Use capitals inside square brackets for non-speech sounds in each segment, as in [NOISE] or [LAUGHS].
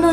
の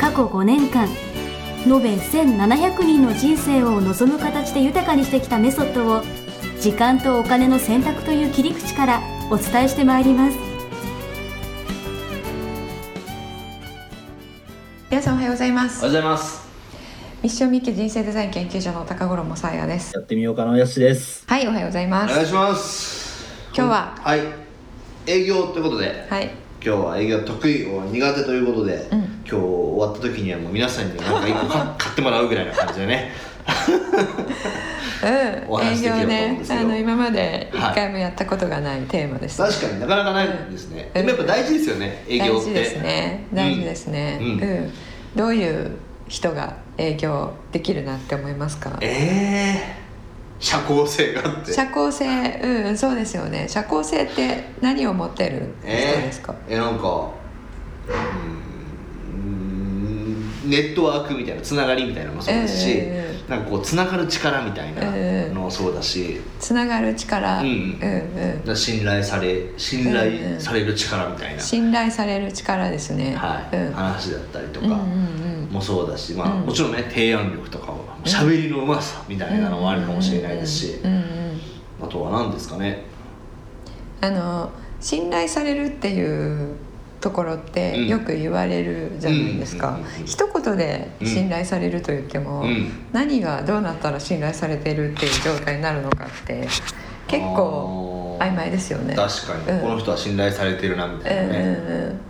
過去5年間延べ1700人の人生を望む形で豊かにしてきたメソッドを時間とお金の選択という切り口からお伝えしてまいります皆さんおはようございまおすはようございます。ミッションミッキー人生デザイン研究所の高頃もさやですやってみようかな、やすしです。はいおはようございおます願いします今日ははい営業ということではい今日は営業得意を苦手ということで、ん今日終わった時にはもう皆さんになんか一個 [LAUGHS] か買ってもらうぐらいな感じでねうん営業ねお話しできればと思うんですけどあの今まで一はい回もやったことがないテーマです、確かになかなかないですね、うんでもやっぱ大事ですよね営業大っ事てですね大事ですねう、うんんうんどういう人が営業できるなって思いますかええー、社交性が [LAUGHS] あって社交性うんそうですよね社交性って何を持ってる人えですか、ー、えなんかうーんネットワークみたいなつながりみたいなのもそうですし、えなんかこうつながる力みたいなのもそうだし、つながる力、うんうんうんだから信頼され信頼される力みたいな、信頼される力ですねはいうん話だったりとうんうかんもそうだし、まあ、うんもちろんね提案力とかは喋りのうまさみたいなのもあるかもしれないですし、うんうんうんあとは何ですかねあの信頼されるっていうところっうてんよく言われるじゃないですか、うんうんうんうん一言で信頼されると言っても、うん何がどうなったら信頼されてるっていう状態になるのかって結構あー曖昧ですよね。確かに、うんこの人は信頼されてるなみたうんいなうんね、うん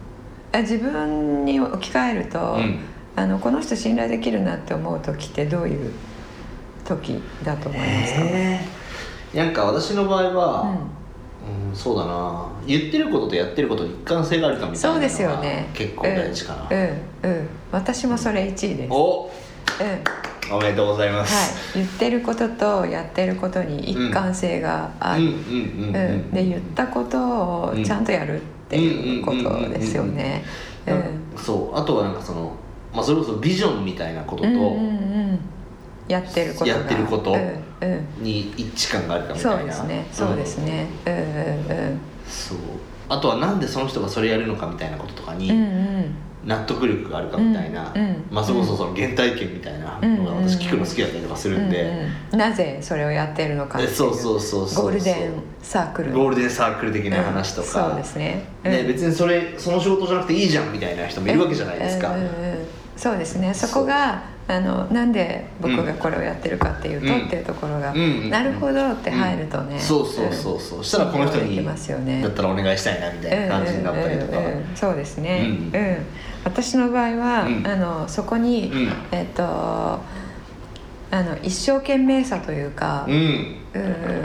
あ自分に置き換えると、うんあのこの人信頼できるなって思う時ってどういう時だと思いますか、えーなんか私の場合は、うんうん、そうだな言ってることとやってることに一貫性があるかみたいなそうのがですよね結構大事かな、うんうん、うん、私もそれ1位です、うん、はおおめでとうございます、い言ってることとやってることに一貫性があうんる、うんううんんうんで言ったことをちゃんとやるっていうことですよねうんそうあとはなんかその、まあ、それこそビジョンみたいなことうんとうんうんやってることがやってることうんうんに一致感があるかみそたういでなすねそうですねうんうんそうあとはなんでその人がそれやるのかみたいなこととかうんうんうんに納得力があるかみたいな、うんうんまあ、それこそその原体験みたいなのがうんうん私聞くの好きだったりとかすうんるんで、うんなぜそれをやってるのかっていでそうそうそうそうゴールデンサークルゴールデンサークル的な話とか、うんそうですね,うん、ね別にそれその仕事じゃなくていいじゃんみたいな人もいるわけじゃないですか、うんうんうんそうですねそこがあのなんで僕がこれをやってるかっていうと、うんっていうところが、うんうんなるほどって入るとね、うんそうそうそうそううんしたらこの人に信用できますよねだったらお願いしたいなみたいな感じになったりとか、うんうんうんうんそうですね、ううんん私の場合は、うんあのそこに、うんえっとあの一生懸命さというか、うんうんうん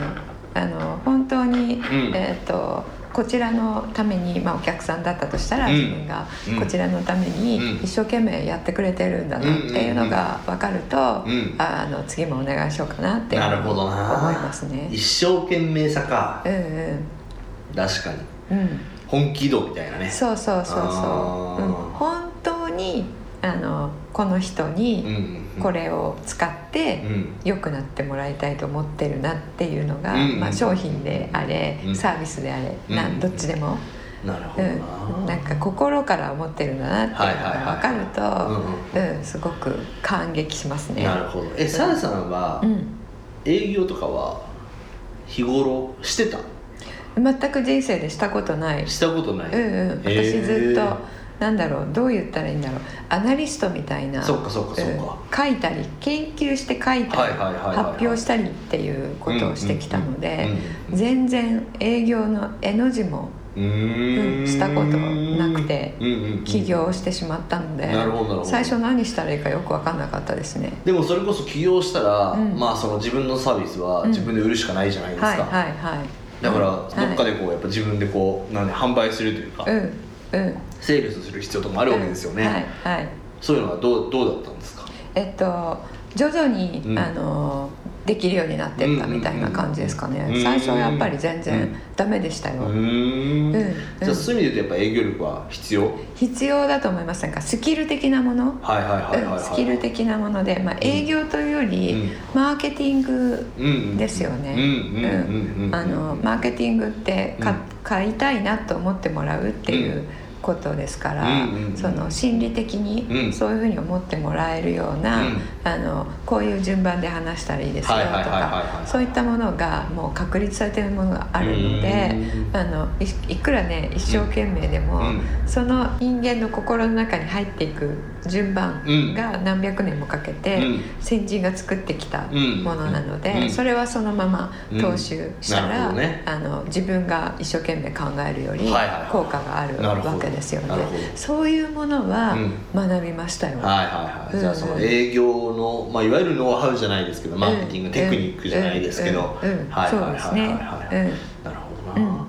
あの本当に、んえっ、とこちらのために、まあ、お客さんだったとしたら、うん自分がうんこちらのためにうん一生懸命やってくれてるんだなっていうのが分かると、うんああの次もお願いしようかなってなるほどな思いますね。一生懸命さかうん確かにうんうん本気度みたいなねそうそうそうそあう、ーうん、本当にあのこの人うんにうんこれを使って、うん良くなってもらいたいと思ってるなっていうのが、うんまあ、商品であれ、うんサービスであれ、なうんどっちでも、なるほうどんなんか心から思ってるんだなっていうのが分かると、な、うんうんうんすごく感激しますね。なるほどえさやさんはうん、営業とかは日頃してた全く人生でしたことない、したことない、うんうん、へ私ーずっと、なんだろうどう言ったらいいんだろうアナリストみたいなそっかそっかそっうんか、書いたり研究して書いたり、はいはいはいはいはい発表したりっていうことをしてきたので。うんうん全然営業の絵の字もうーうんんしたことなくてうんうんうん起業してしまったので、なるほどなるほど最初何したらいいかよく分かんなかったですねでもそれこそ起業したら、うんまあその自分のサービスはうん自分で売るしかないじゃないですか、はいはいはいだからうんどっかでこうやっぱ自分でこうなんで販売するというか、はい、うんうんセールスする必要とかもあるわけですよね、うんはいはいそういうのはどうどうだったんですかえっと徐々に、うんあのできるようになってったみたいな感じですかね、うん最初はやっぱり全う然んダメでしたよ、うんうんじゃあそういう意味で言うとやっぱ営業力は必要必要だと思いますなんかスキル的なもの、はいはいはいはい、うはんい、スキル的なもので、まあ、営業というより、うんマーケティングうんですよねうんうんうんうんうんあのマーケティングってか、うん買いたいなと思ってもらうっていううことですから、うんうんうんその心理的うにんそういうふうに思ってもらえるような、うんあのこういう順番で話したらいいですよとはいはいはいはいかはいそういったものがもう確立されてるものがあるのでうんあのいいくらね一生懸命でも、うんその人間の心の中に入っていく順番が何百年もかけて、うん先人が作ってきたうんものなので、うんそれはそのままうん踏襲したなるら、ほどねあの自分が一生懸命考えるよりはいはいはい効果があるなるほどわけですよねなるほどそういうものはうん学びましたよ、はいはいはい、じゃあそうんのうん営業の、まあ、いわゆるノウハウじゃないですけどマーケティング、うんテクニックじゃないですけど、うんうんうんはいはいはそういはいですねなるほどな、うん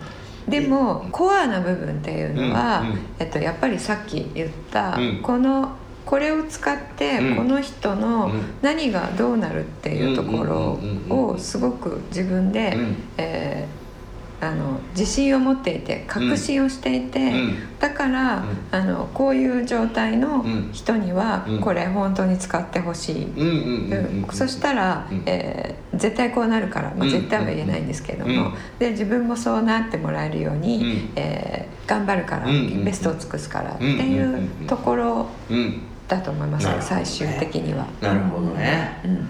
でもコアな部分っていうのは、うんうんえっと、やっぱりさっき言った、うんこのこれを使って、うんこの人のうん何がどうなるっていうところうんうんうんうんうをすごく自分で、うんえーあの自信を持っていて確信をしていて、うんだから、んあのこういう状態のうん人には、うんこれ本当に使ってほしい。うんうんうんうん、うん、そしたら、うんえー絶対こうなるから、まあ、うん絶対は言えないんですけども、うんで自分もそうなってもらえるように、うんえー頑張るから、うんベストを尽くすからってうんうんいううんうんところうんだと思います、なるほどね最終的には。なるほどね、うん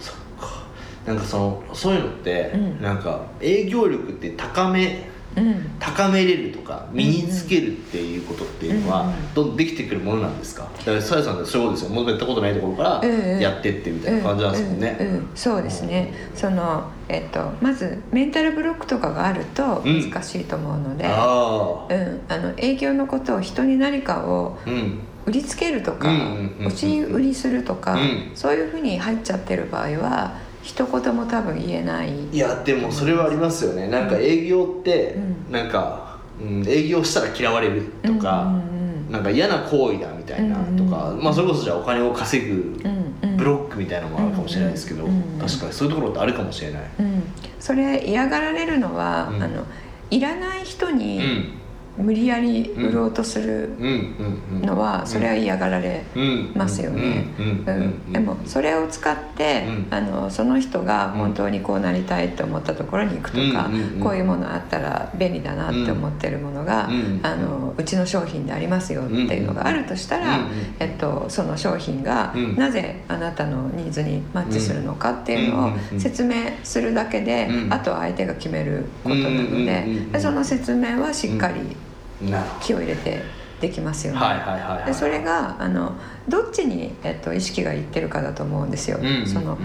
そっかなんかそのそういうのって、うんなんか営業力って高めうん高めれるとか身につけるっていうことっていうのうんはうんどんどんできてくるものなんですかだからさやさんってそういうことですよもうやったことないところかうらんうんやってってみたいな感じなんですもんね、うんうんうんそうですねその、えっとまずメンタルブロックとかがあるとうん難しいと思うので、うんあああの営業のことを人に何かをうん売りつけるとか、うんうんうんうん押し売りするとか、うんそういうふうに入っちゃってる場合は一言も多分言えない、いやでもそれはありますよねなんか営業って、うんなんか、うん、営業したら嫌われるとか、うんうんなんか嫌な行為だみたいなとか、うんうんまあ、それこそじゃあお金を稼うぐんうんブロックみたいなのもあるかもしれないですけど、うんうん確かにそういうところってあるかもしれない、うんそれ嫌がられるのは、うんあのいらない人うん、に無理やり売ろうとするうんうんうんのは、それは嫌がられうんますよね。うんうんううんん、でもそれを使って、うんあのその人が本当にこうなりたいと思ったところに行くとか、うんうんうんこういうものあったら便利だなって思ってるものが、うんあのうちの商品でありますよっていうのがあるとしたら、うんうんえっと、その商品がうんなぜあなたのニーズにマッチするのかっていうのうんうんうをん説明するだけで、うんあとは相手が決めることなので,、うんうんうんうんでその説明はしっかりなるほ気を入れてできますよどね。はいはいはいはいでそれがあのどっちに、えっと、意識がいってるかだと思うんですよ。うんうんうんその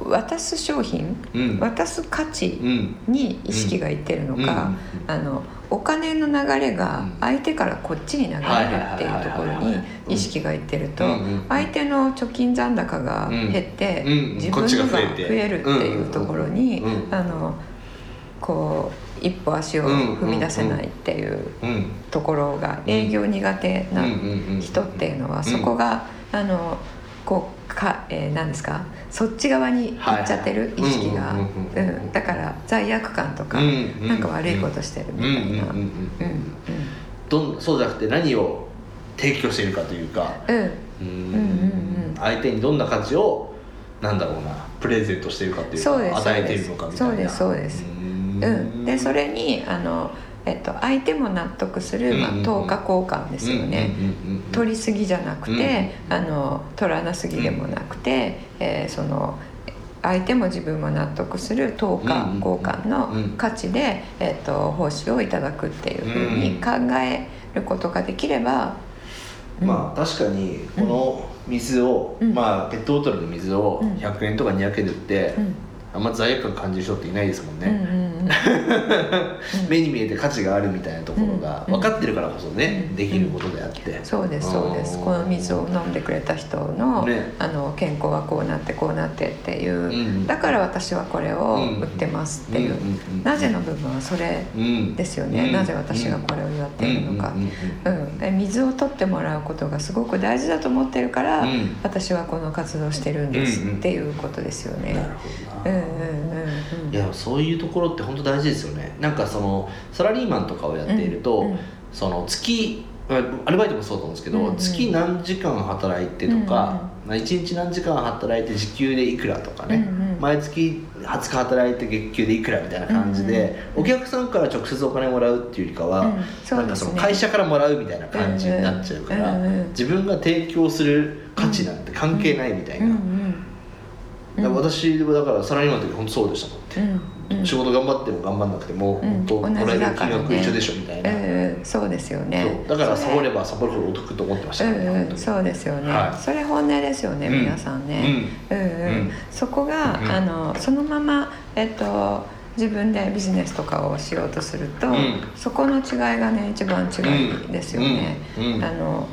渡す商品、うん渡す価値うんに意識がいってるのか、うんあのお金の流れがうん相手からこっちに流れるっていうところに意識がいってるとうんうん相手の貯金残高が減ってうんうん自分こっのちがが増増えてえるっていうところにうんうんあのこう一歩足を踏み出せないっていううんところが営業苦手なうんうんうん人っていうのうんはそこがあのこうか、えー、何ですかそっち側に行っちゃってるはい意はい識が、うんううんうんうんん、だから罪悪感とか、うんうんなんか悪いことしてるみたいな。うんうんうんうんうんどんそうじゃなくて何を提供しているかというかうんうんううんんうん相手にどんな価値をなんだろうなプレゼントしているかっていうかそうです与えているのかみたいなそうですそうですんうん、でそれにあの、えっと、相手も納得する、まあうんうんうん等価交換ですよね、うんうんうんうん取りすぎじゃなくて、うんあの取らなすぎでもなくて、えーその相手も自分も納得する等価交換うんの価値で、えっと報酬をいただくっていうふうに考えることができれば、まあ確かにこの水を、うんまあペットボトルの水をうん100円とか200円で売って、うんあんま罪悪感感じる人っていないですもんうんね、うん [LAUGHS] 目に見えて価値があるみたいなところが分かってるからこそね、できることであって、そうですそうですあーこの水を飲んでくれた人の,、ねあの健康はこうなってこうなってっていう、うんだから私はこれを売ってますっていう、うんうんうんなぜの部分はそれうんですよね、うんなぜ私がこれをやっているのか、ううんうんうんんえ水を取ってもらうことがすごく大事だと思ってるから、うん私はこの活動してるんですっていうことですようんなねる。うほどんうなうんんうんいやそういうところって本当大事ですよねなんかそのサラリーマンとかをやっていると、うんうんその月まあアルバイトもそうだと思うんですけど、うんうん月何時間働いてとか、まあ1日何時間働いて時給でいくらとかね、うんうん毎月20日働いて月給でいくらみたいな感じで、お客さんから直接お金もらうっていうよりかは、うんそうですねなんかその会社からもらうみたいな感じになっちゃうから、うんうん自分が提供する価値なんて関係ないみたいな、うんうんだから私はだからサラリーマンの時本当そうでしたもんうんうん仕事頑張っても頑張んなくても、うん本当も同らえじるだか金らね額一緒でしょみたいな、うんうんそうですよねそうだからサボればばサボるほどお得と思ってましたうからねんう本ん、そうですよね、はいそれ本音ですよね、うん皆さん当ね、にうんうんうんそこが、うんあのそのまま、えっと、自分でビジネスとかをしようとすると、うんそこの違いがね一番違いですよね。うんうんあの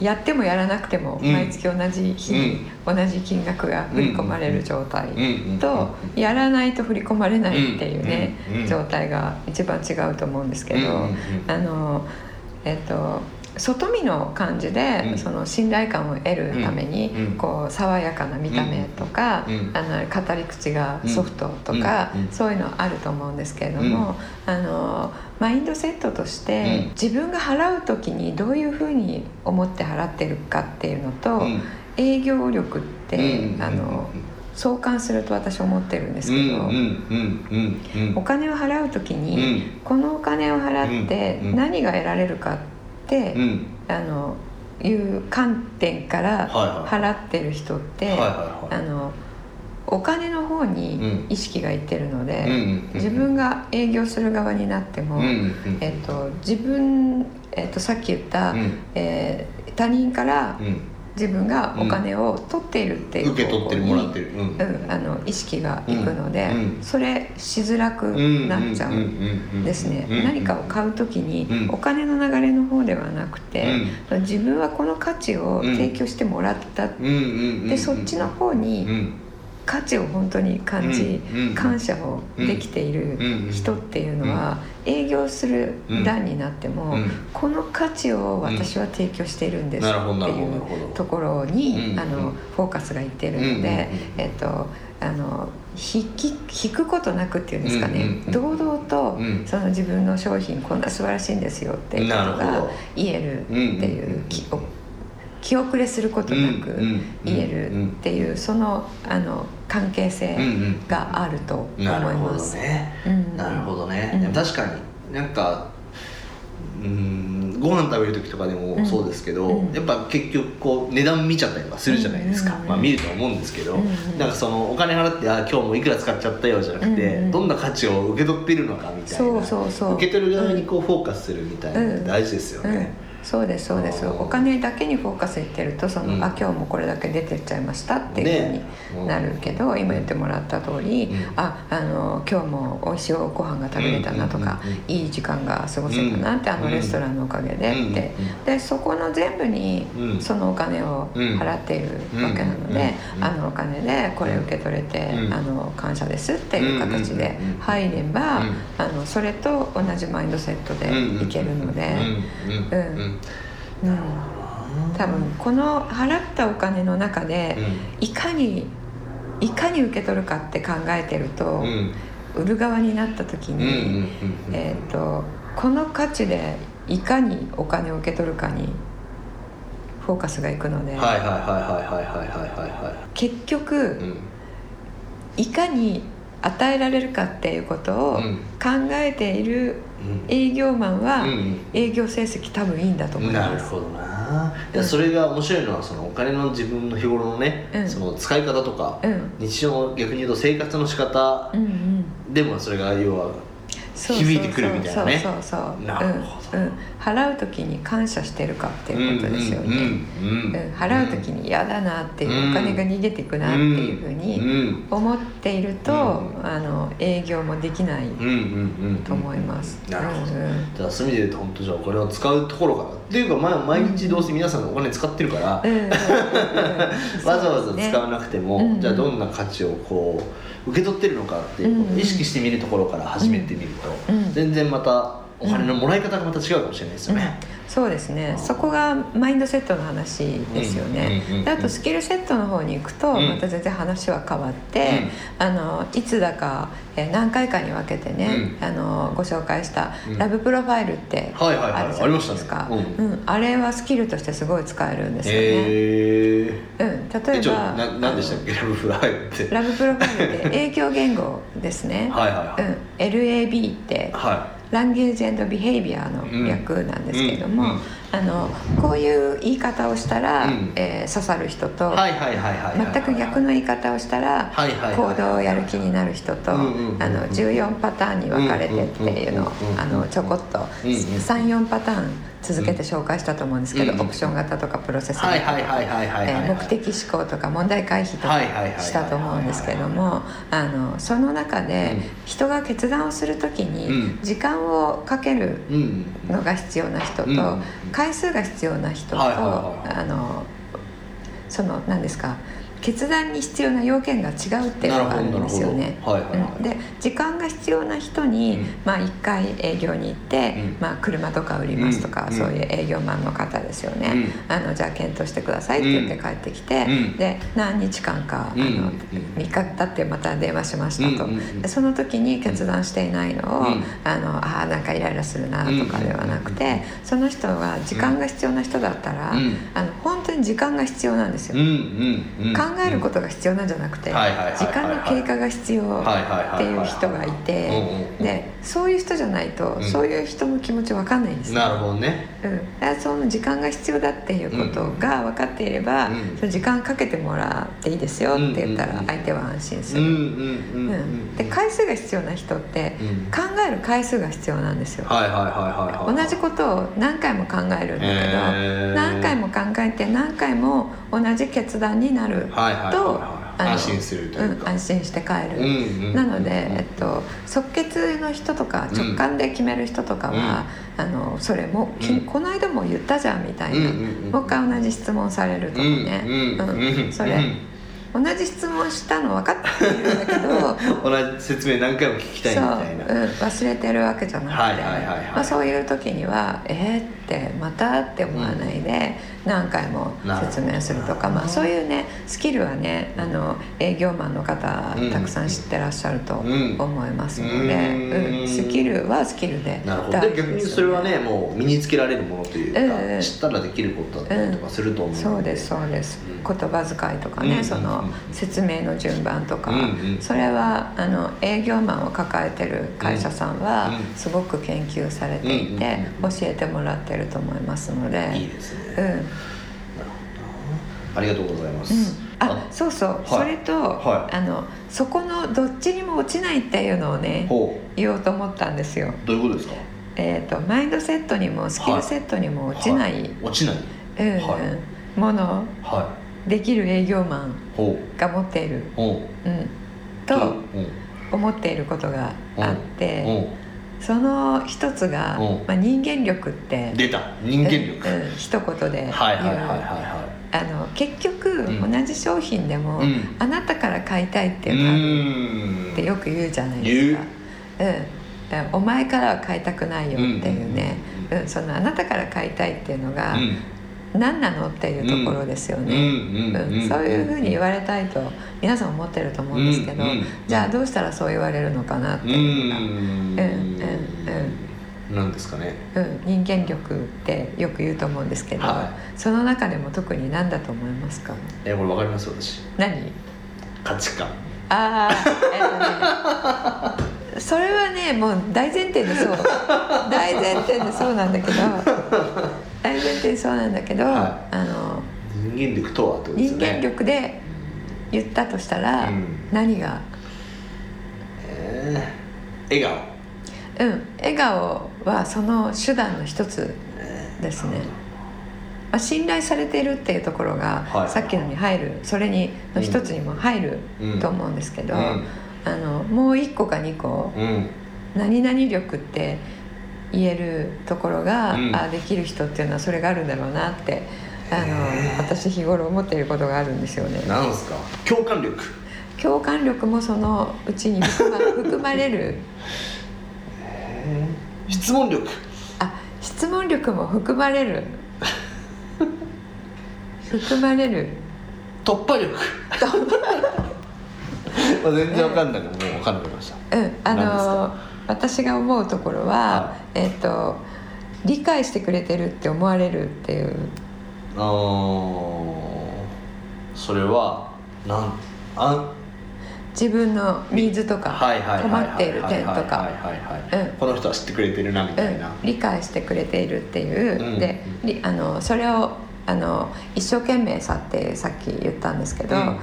やってもやらなくてもうん毎月同じ日に同じ金額が振り込まれる状態うんうんとやらないと振り込まれないっていうねうんうん状態が一番違うと思うんですけうんうんどうんあのえっと外見の感じでうんその信頼感を得るためにうんうんこう爽やかな見た目とかうんあの語り口がソフトとかうんうんそういうのあると思うんですけれどもあのマインドセットとしてうん自分が払う時にどういうふうに思って払ってるかっていうのとうん営業力ってうんあの相関すると私思ってるんですうんけうんどうんうんお金を払う時うにんこのお金を払ってうん何が得られるかってうんあのいう観点からはいはい払ってる人って、はいはいはいあのお金の方に意識がいってるので、うんうんうん自分が営業する側になっても、うんうんえっと自分、えっとさっき言った、うんえー他人からうん自分がお金を取っているっていう受け取ってる方向もにらってるうんうん、あの意識がいくので、うんうんそれしづらくなっちゃう。ですね、何かを買う時に、うんお金の流れの方ではなくて、自分はこの価値をうん提供してもらった、ででそっちの方に価値を本当に感じ、うんうん感謝をできている人っていうのは、営業する段になっても、うんこの価値を私は提供しているんですっなるほどなてるほいどなるほうどところに、うんあのフォーカスがいってるので、うんうんうんえっとあの引き引くことなくっていうんですかね、うんうんうん堂々と、うんその自分の商品こんな素晴らしいんですよっていうことなるほがど言えるっていううんうんうんきお気遅れすることなくうんうんうん言えるっていうそのあの関係性うんうんがあると思いなるほまどす。ね、うんなるほどね、うんでも確かになんかうんご飯食べる時とかでうもんそうですけど、うんやっぱ結局こう値段見ちゃったりとかするじゃないですか、うんまあ、見ると思うんですけど、うんうんなんかそのお金払ってあ今日もいくら使っちゃったよじゃなくて、うんうんどんな価値を受け取っているのかみたいなそうそうそう受け取る側にこうフォーカスするみたいなのって大事ですようんね、そうですそうですあーお金だけにフォーカスいってるとその、うんあ今日もこれだけ出てっちゃいましたっていうねふうになるけど、今言ってもらった通り、うんああの今日も美味しいご飯が食べれたなとか、うんうんうんいい時間が過ごせたなって、うあんのレストランのおかげでって、うんうんでそこの全部にうんそのお金を払っているわけなので、うんうんうんあのお金でこれ受け取れて、うんあの感謝ですっていう形でうんうんうんうん入れば、うんあのそれと同じマインドセットでいけるので。うんうんうんうんうん多分この払ったお金の中でいかにいかに受け取るかって考えてると、うんうん売る側になった時うんうんうんに、うんえー、とこの価値でいかにお金を受け取るかにフォーカスがいくので、はいはいはいはいはいはいはいはい結局、うんいかに与えられるかっていうことをうん考えているうん営業マンは、うん営業成績多分いいんだと思いなまるす。ほどないやそれが面白いのはそのお金の自分の日頃のね、うんその使い方とか、うん日常の逆に言うと生活の仕方うんうんでもそれが要は響いてくるみたいなねそうそうそうなるほうんうん、払う時に感謝してるかっていうことですよね、うんうんうんうん払う時に嫌だなっていう、うんお金が逃げていくなっていうふううんに思っていると、うあの営業もできないうんうんうんうんと思います、なるほどうんうんじゃあそういう意味で言うと本当じゃあお金を使うところからっていうか、まあ、毎日どうせ皆さんお金使ってるから、 [LAUGHS] うんうんうんわざわそうざですね使わなくても、うんじゃあどんな価値をこう受け取ってるのかっていうことをうん意識してみるところから始めてみると、うん全然またお金のもらい方がまた違うかもしれないですよね。そうですねそこがマインドセットの話ですよね、うんうんうんうんであとスキルセットの方に行くとうんまた全然話は変わって、あのいつだか、えー何回かに分けてね、あのご紹介したうんラブプロファイルってはいはいはいあるじゃありなまいしたでねすか、ううんあれはスキルとしてすごい使えるんですよね、へえうん、例えばえちょななんでしたっけラブフライって。ラブプロファイルって営業言語ですねはいはいはうい。ん、LAB ってはランゲージビヘイビアの略なんですけれども、うんうんあのこういう言い方をしたら、うんえー刺さる人と、いはいはいはいはいはい。全く逆の言い方をしたら、はいはいはい行動をやる気になる人と、うんうんうんあの14パターンに分かれてっていうのを、うんうんうんうんあのちょこっと、うんうん34パターン続けて紹介したと思うんですけど、うんうんオプション型とかプロセス型はいとかはいはいはいはいえはい。ー目的思考とか問題回避とはいはいはいはかいしたと思うんですけどもあのその中でうん人が決断をする時うんに時間をかけるうんのが必要な人とうん回数が必要な人とはいはいはあいのその何ですか決断に必要な要件が違うっていうのがあるんですよねなる。ほどなるほどはいはいはいうんで時間が必要な人に、うんまあ、1回営業に行って、うんまあ、車とか売りますとか、うんそういう営業マンの方ですよね、あのじゃあ検討してくださいって言って帰ってきて、うんで何日間か、うんあのうん3日経ってまた電話しましたと、うんうんうんでその時に決断していないのを、うんあのあーなんかイライラするなとかではなくて、うんうんその人が時間が必要な人だったら、うんあの本当に時間が必要なんですよ。うんうんうん。考えることが必要なんじゃなくて、はいはいはいはいはい時間の経過が必要はいはいっはていいはうい人がいて、うんうんでそういう人じゃないと、うんそういう人の気持ちわかんないんですよなるほどね。うん、だからその時間が必要だっていうことが分かっていれば、うんその時間かけてもらっていいですよって言ったうんうんうらん相手は安心すうんる、ううんんうんうん。で回数が必要な人って、うん考える回数が必要なんですよ、はいはいはいはいはい。同じことを何回も考えるんだけど、へー何回も考えて何回も同じ決断になると、はいはいはいはいあの安心するというかん安心して帰る、うんうんなので、えっと、即決の人とかうん直感で決める人とかは、あのそれも、きうんこの間も言ったじゃんみたいな、うんうんうんもう一回同じ質問されるとかね、うんうんうんそれ、同じ質問したの分かってるんだけど [LAUGHS] 同じ説明何回も聞きたいみたいな。そう、うん、忘れてるわけじゃなくて、はいはいはいはいまあ、そういう時には「えー、ってまた?」って思わないで、何回も説明するとかなるほどまあ、そういうねスキルはねあの営業マンの方うんたくさん知ってらっしゃるとん思いますので、うんうんスキルはスキルでなるほど大で事ですよ逆にそれはねもう身につけられるものというか、うんうん知ったらできることだったりとかすると思うのそうですそうです、うん言葉遣いとかうんうんね、うんその説明の順番とか、うんうんそれはあの営業マンを抱えてる会社さんは、うんすごく研究されていて、うんうん教えてもらってると思いますのでいいですね、うなるんほどありがとうございます、うん、あそうそう、いそれと、はいあのそこのどっちにも落ちないっていうのをねほ言おうと思ったんですよ、うどういうことですかえー、とマインドセットにもスキルセットにも落ちない、は落ちないうんうんはものはできる営業マンいほが持っているう、ほうん、うとうん思っていることがあって、うんその一つが、うんまあ、人間力って出た人間力、うんうん一言で言う、はいはいはいはあの結局、うん同じ商品でも、いはいうんあなたから買いたいってういうのあるんってよく言うじゃないですか。うん、お前からは買いたくないよっていうね、ううんそのあなたから買いたいっていうのがうん何なのっていうところですようね。んうんうんそういうふうに言われたいと皆さん思ってると思うんですけど、うんうんじゃあどうしたらそう言われるのかなってうんういうのが、んうんなんですかねうん、人間力ってよく言うと思うんですけど、はその中でも特に何だと思いますかえこれわかります私何価値観ああ、えっとね、それはねもう大前提でそう大前提でそうなんだけど大前提でそうなんだけど、はあの人間力とはってことです人よね間力で言ったとしたら、うん何がえー笑顔うん、笑顔はその手段の一つですね、まあ、信頼されているっていうところが、はいさっきのに入るそれにの一つにも入るうんと思うんですけど、うんあのもう一個か二個うん何々力って言えるところが、うんあできる人っていうのはそれがあるんだろうなってあへの私日頃思っていることがあるんですよね。なんですか共感力共感力もそのうちに含ま [LAUGHS] 含まれる質問力あ質問力も含まれ [LAUGHS] る含まれる突破 [LAUGHS] 力まあ全然わかんないけどもうわかんなくなりましたうんあ何ですの私が思うところはは、えっ、と理解してくれてるって思われるっていうあーそれはなんあ自分のニーズとかはいはいはい困はいっている点とはいか、はいはいはいうんこの人は知ってくれてるなみうたいな、ん、理解してくれているっていう、うんでりあのそれをあの一生懸命さってさっき言ったんですけど、うんあ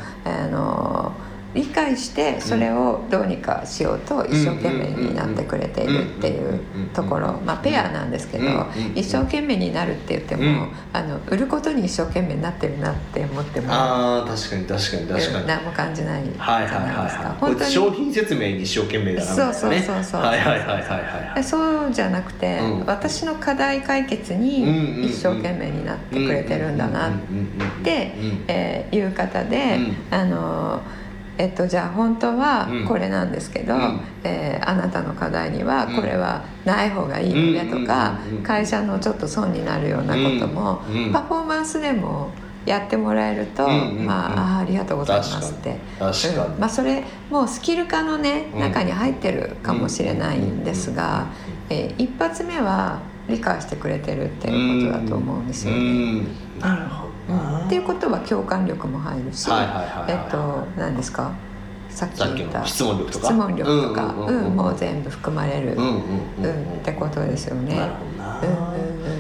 の理解してそれをどうにかしようと一生懸命になってくれているっていうところ、まあ、ペアなんですけど、うん一生懸命になるって言っても、うんあの売ることに一生懸命になってるなって思っても、ああ確かに確かに確かうんに、何も感じないじゃはいはいないはでいすか。はい本当こいつに商品説明に一生懸命だなみたいなねそうそうそうそうはいはいはいはいはえいそうじゃなくて、うん私の課題解決うんうんうんに一生懸命になってくれてるんだなっうんうんうんうんてうんえーいう方で、あのえっとじゃあ本当はうんこれなんですけど、うんえーあなたの課題にはうんこれはない方がいいよねとかうんうんうんうん会社のちょっと損になるようなこともうんうんパフォーマンスでもやってもらえると、うんうんうんまああーありがとうございますって確かにうんまあ、それもうスキル化のねうん中に入ってるかもしれないんですが、えー一発目は理解してくれてるっていうことだと思うんですよね。うんなるほどなっていうことは共感力も入るし、はいはいはいはいえっと何ですかさっきさっき言ったの質問力とか質問力とか、うんううんうんうんんもう全部含まれる、ううんんうんうんうんってことですよね。なるほどな、うんうん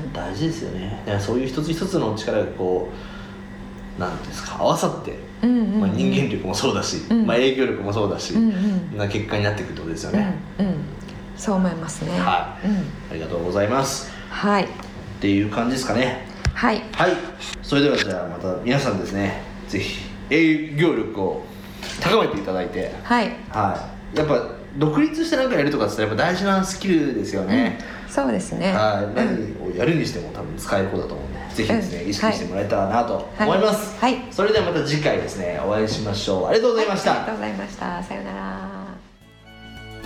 うん大事ですよねだからそういう一つ一つの力がこうなんていうんですか合わさって、うんうんうんまあ、人間力もそうだし、うんまあ、営業力もそうだし、うんうんな結果になってくるってことですよね、うんうんそう思いますね。はうんありがとうございますはいっていう感じですかねはいはいそれではじゃあまた皆さんですねぜひ営業力を高めていただいてはいはいやっぱ独立して何かやるとかってやっぱ大事なスキルですよね、そうですね。はい、何をやるにしても多分使える方だと思うんで、ぜひですね、うん意識してもらえたらなと思います、はいはいそれではまた次回ですねお会いしましょうありがとうございました、ありがとうございました。さようなら。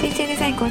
水中デザイン構